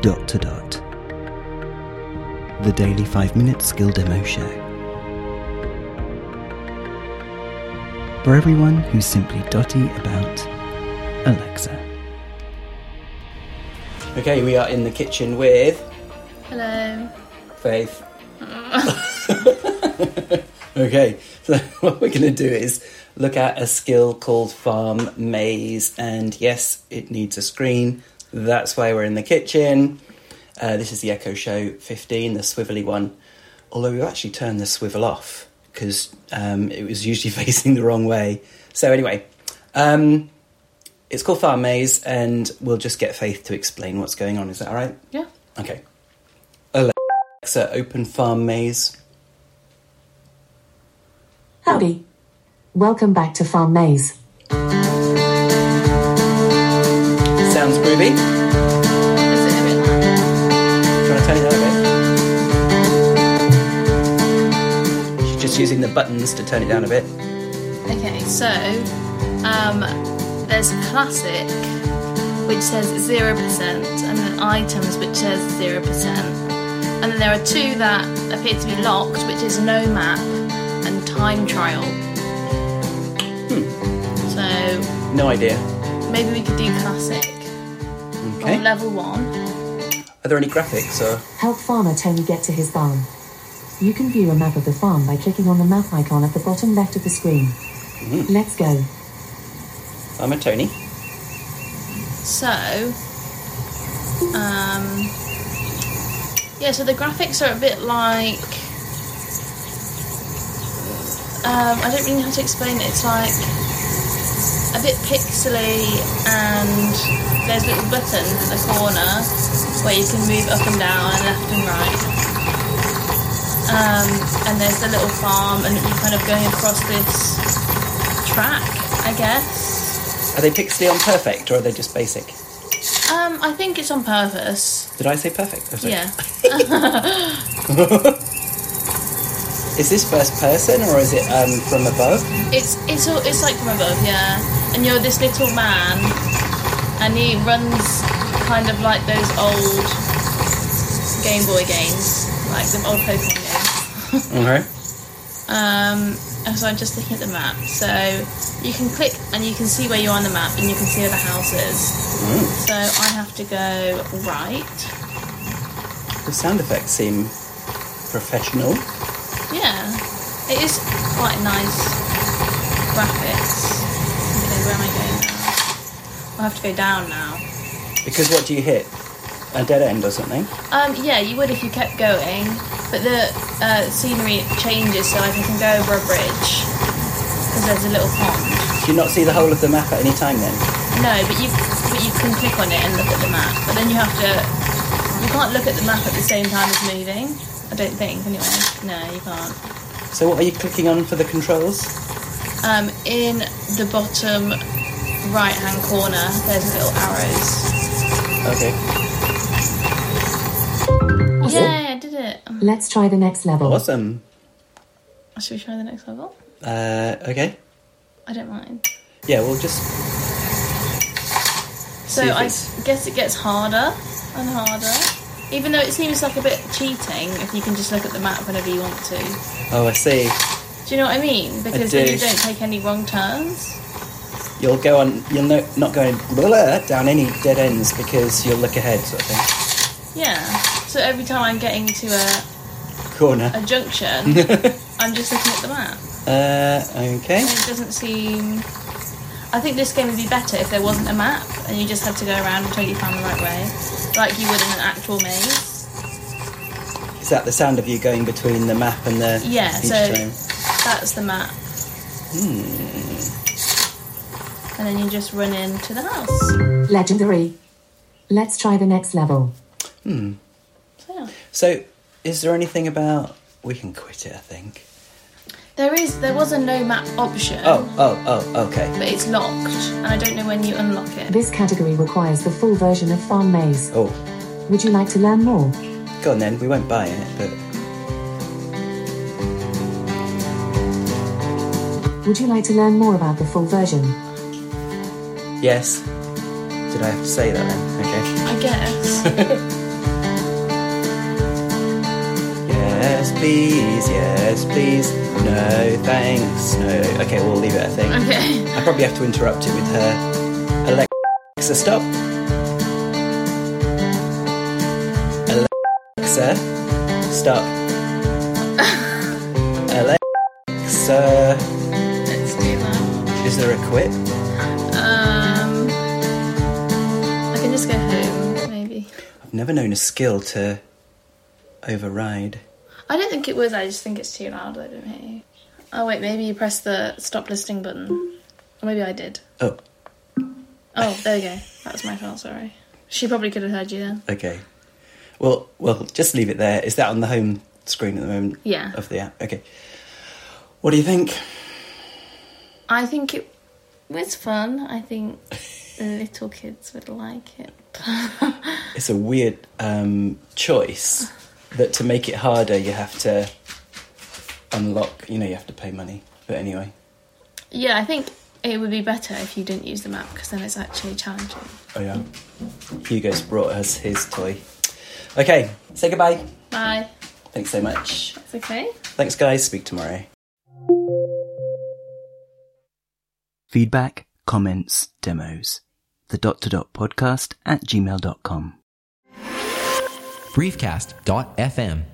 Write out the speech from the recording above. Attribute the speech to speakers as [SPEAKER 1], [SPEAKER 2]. [SPEAKER 1] dot to dot. The Daily 5 Minute Skill Demo Show. For everyone who's simply dotty about Alexa. Okay, we are in the kitchen with
[SPEAKER 2] Hello.
[SPEAKER 1] Faith. okay, so what we're going to do is look at a skill called Farm Maze, and yes, it needs a screen. That's why we're in the kitchen. Uh, this is the Echo Show 15, the swivelly one. Although we've actually turned the swivel off because um, it was usually facing the wrong way. So, anyway, um, it's called Farm Maze, and we'll just get Faith to explain what's going on. Is that all right?
[SPEAKER 2] Yeah.
[SPEAKER 1] Okay. Alexa, open farm maze.
[SPEAKER 3] Howdy. Welcome back to Farm Maze.
[SPEAKER 1] Sounds groovy.
[SPEAKER 2] Is it a bit-
[SPEAKER 1] Trying to tell you that a bit. She's just using the buttons to turn it down a bit.
[SPEAKER 2] Okay, so um, there's a classic which says 0% and then items which says 0%. And then there are two that appear to be locked, which is no map and time trial. So
[SPEAKER 1] No idea.
[SPEAKER 2] maybe we could do classic
[SPEAKER 1] Okay.
[SPEAKER 2] on level one.
[SPEAKER 1] Are there any graphics or?
[SPEAKER 3] Help Farmer Tony get to his barn. You can view a map of the farm by clicking on the map icon at the bottom left of the screen. Let's go.
[SPEAKER 1] I'm a Tony.
[SPEAKER 2] So um, yeah, so the graphics are a bit like um, I don't really know how to explain it. It's like a bit pixely, and there's little buttons at the corner where you can move up and down and left and right. Um, and there's the little farm, and you're kind of going across this track, I guess.
[SPEAKER 1] Are they pixely on perfect or are they just basic?
[SPEAKER 2] Um, I think it's on purpose.
[SPEAKER 1] Did I say perfect? I was like-
[SPEAKER 2] Yeah.
[SPEAKER 1] Is this first person or is it um, from above?
[SPEAKER 2] It's it's all, it's like from above, yeah. And you're this little man, and he runs kind of like those old Game Boy games, like the old Pokemon games.
[SPEAKER 1] Okay.
[SPEAKER 2] Um, and so I'm just looking at the map. So you can click and you can see where you are on the map, and you can see where the house is. So I have to go right.
[SPEAKER 1] The sound effects seem professional.
[SPEAKER 2] Yeah, it is quite nice graphics. Okay, where am I going now? I have to go down now.
[SPEAKER 1] Because what do you hit? A dead end or something?
[SPEAKER 2] Um, yeah, you would if you kept going, but the uh, scenery changes, so like you can go over a bridge because there's a little pond.
[SPEAKER 1] Do you not see the whole of the map at any time then?
[SPEAKER 2] No, but you but you can click on it and look at the map, but then you have to you can't look at the map at the same time as moving. I don't think anyway. No, you can't.
[SPEAKER 1] So what are you clicking on for the controls?
[SPEAKER 2] Um, in the bottom right hand corner, there's little arrows.
[SPEAKER 1] Okay.
[SPEAKER 2] Yeah, I did it. Um,
[SPEAKER 3] Let's try the next level.
[SPEAKER 1] Awesome.
[SPEAKER 2] Should we try the next level?
[SPEAKER 1] Uh, okay.
[SPEAKER 2] I don't mind.
[SPEAKER 1] Yeah, we'll just.
[SPEAKER 2] So
[SPEAKER 1] See if
[SPEAKER 2] I
[SPEAKER 1] it's-
[SPEAKER 2] guess it gets harder and harder. Even though it seems like a bit cheating if you can just look at the map whenever you want to. Do
[SPEAKER 1] Oh, I see.
[SPEAKER 2] you know what I mean? Because then
[SPEAKER 1] do.
[SPEAKER 2] you don't take any wrong turns.
[SPEAKER 1] You'll go on. You'll no, not go in- blah, blah, down any dead ends because you'll look ahead, sort of thing.
[SPEAKER 2] Yeah. So every time I'm getting to a,
[SPEAKER 1] Corner.
[SPEAKER 2] a junction, I'm just looking at the map.
[SPEAKER 1] Uh, okay.
[SPEAKER 2] And it doesn't seem. I think this game would be better if there wasn't a map and you just had to go around until you found the right way, like you would in an actual maze.
[SPEAKER 1] Is that the sound of you going between the map and the
[SPEAKER 2] Yeah,
[SPEAKER 1] each
[SPEAKER 2] so-
[SPEAKER 1] time?
[SPEAKER 2] That's the map. And then you just run into the house.
[SPEAKER 3] Legendary. Let's try the next level.
[SPEAKER 2] So, yeah.
[SPEAKER 1] So, is there anything about? We can quit it, I think.
[SPEAKER 2] There is there was a no map option,
[SPEAKER 1] Oh, oh, oh. Okay.
[SPEAKER 2] but it's locked, and I don't know when you unlock it.
[SPEAKER 3] This category requires the full version of Farm Maze.
[SPEAKER 1] Oh,
[SPEAKER 3] Would you like to learn more?
[SPEAKER 1] go on then. We won't buy it, but
[SPEAKER 3] Would you like to learn more about the full version?
[SPEAKER 1] yes. Did I have to say that then? Okay.
[SPEAKER 2] I guess.
[SPEAKER 1] please, yes, please, no, thanks, no. Okay, we'll leave it a thing.
[SPEAKER 2] Okay.
[SPEAKER 1] I probably have to interrupt it with her Alexa, stop. Alexa, stop. Alexa,
[SPEAKER 2] Let's do that.
[SPEAKER 1] is there a quit?
[SPEAKER 2] Um, I can just go home, maybe.
[SPEAKER 1] I've never known a skill to override.
[SPEAKER 2] I don't think it was. I just think it's too loud. I don't hear you. Oh wait, maybe you pressed the stop listening button. Or maybe I did.
[SPEAKER 1] Oh,
[SPEAKER 2] Oh, there we go. That was my fault. Sorry. She probably could have heard you then.
[SPEAKER 1] okay. Well, well, just leave it there. Is that on the home screen at the moment?
[SPEAKER 2] Yeah.
[SPEAKER 1] Of the app. Okay. What do you think?
[SPEAKER 2] I think it was fun. I think little kids would like it.
[SPEAKER 1] It's a weird um, choice that to make it harder, you have to unlock. You know, you have to pay money. But anyway,
[SPEAKER 2] yeah, I think it would be better if you didn't use the map because then it's actually challenging.
[SPEAKER 1] oh yeah, Hugo's brought us his toy. Okay, say goodbye.
[SPEAKER 2] Bye.
[SPEAKER 1] Thanks so much.
[SPEAKER 2] It's okay.
[SPEAKER 1] Thanks, guys. Speak tomorrow. Feedback, comments, demos. The dot to dot podcast at gmail.com.
[SPEAKER 4] briefcast.fm